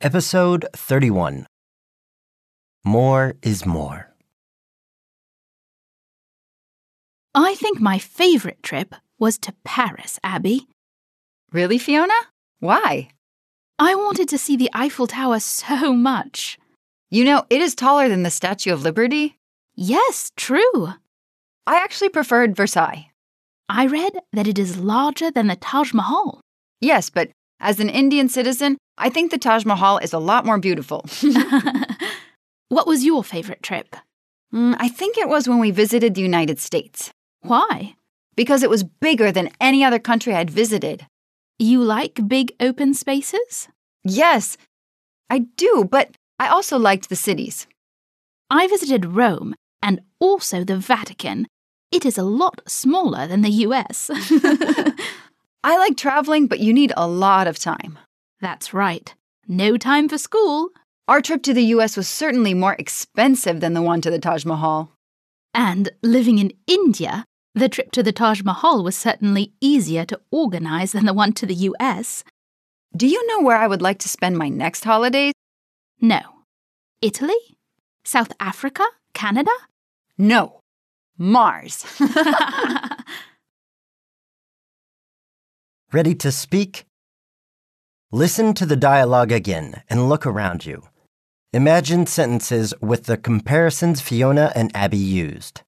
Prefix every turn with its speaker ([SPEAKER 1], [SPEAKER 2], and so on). [SPEAKER 1] Episode 31 More is More.
[SPEAKER 2] I think my favorite trip was to Paris, Abby.
[SPEAKER 3] Really, Fiona? Why?
[SPEAKER 2] I wanted to see the Eiffel Tower so much.
[SPEAKER 3] You know, it is taller than the Statue of Liberty.
[SPEAKER 2] Yes, true.
[SPEAKER 3] I actually preferred Versailles.
[SPEAKER 2] I read that it is larger than the Taj Mahal.
[SPEAKER 3] Yes, but as an Indian citizen, I think the Taj Mahal is a lot more beautiful.
[SPEAKER 2] what was your favorite trip?
[SPEAKER 3] Mm, I think it was when we visited the United States
[SPEAKER 2] Why?
[SPEAKER 3] because it was bigger than any other country I'd visited.
[SPEAKER 2] You like big open spaces?
[SPEAKER 3] Yes, I do, but I also liked the cities.
[SPEAKER 2] I visited Rome and also the Vatican. It is a lot smaller than the US.
[SPEAKER 3] I like traveling, but you need a lot of time.
[SPEAKER 2] That's right. No time for school
[SPEAKER 3] Our trip to the US was certainly more expensive than the one to the Taj Mahal.
[SPEAKER 2] And living in India, the trip to the Taj Mahal was certainly easier to organize than the one to the US.
[SPEAKER 3] Do you know where I would like to spend my next holidays?
[SPEAKER 2] No. Italy? South Africa? Canada?
[SPEAKER 3] No. Mars.
[SPEAKER 1] Ready to speak? Listen to the dialogue again and look around you. Imagine sentences with the comparisons Fiona and Abby used.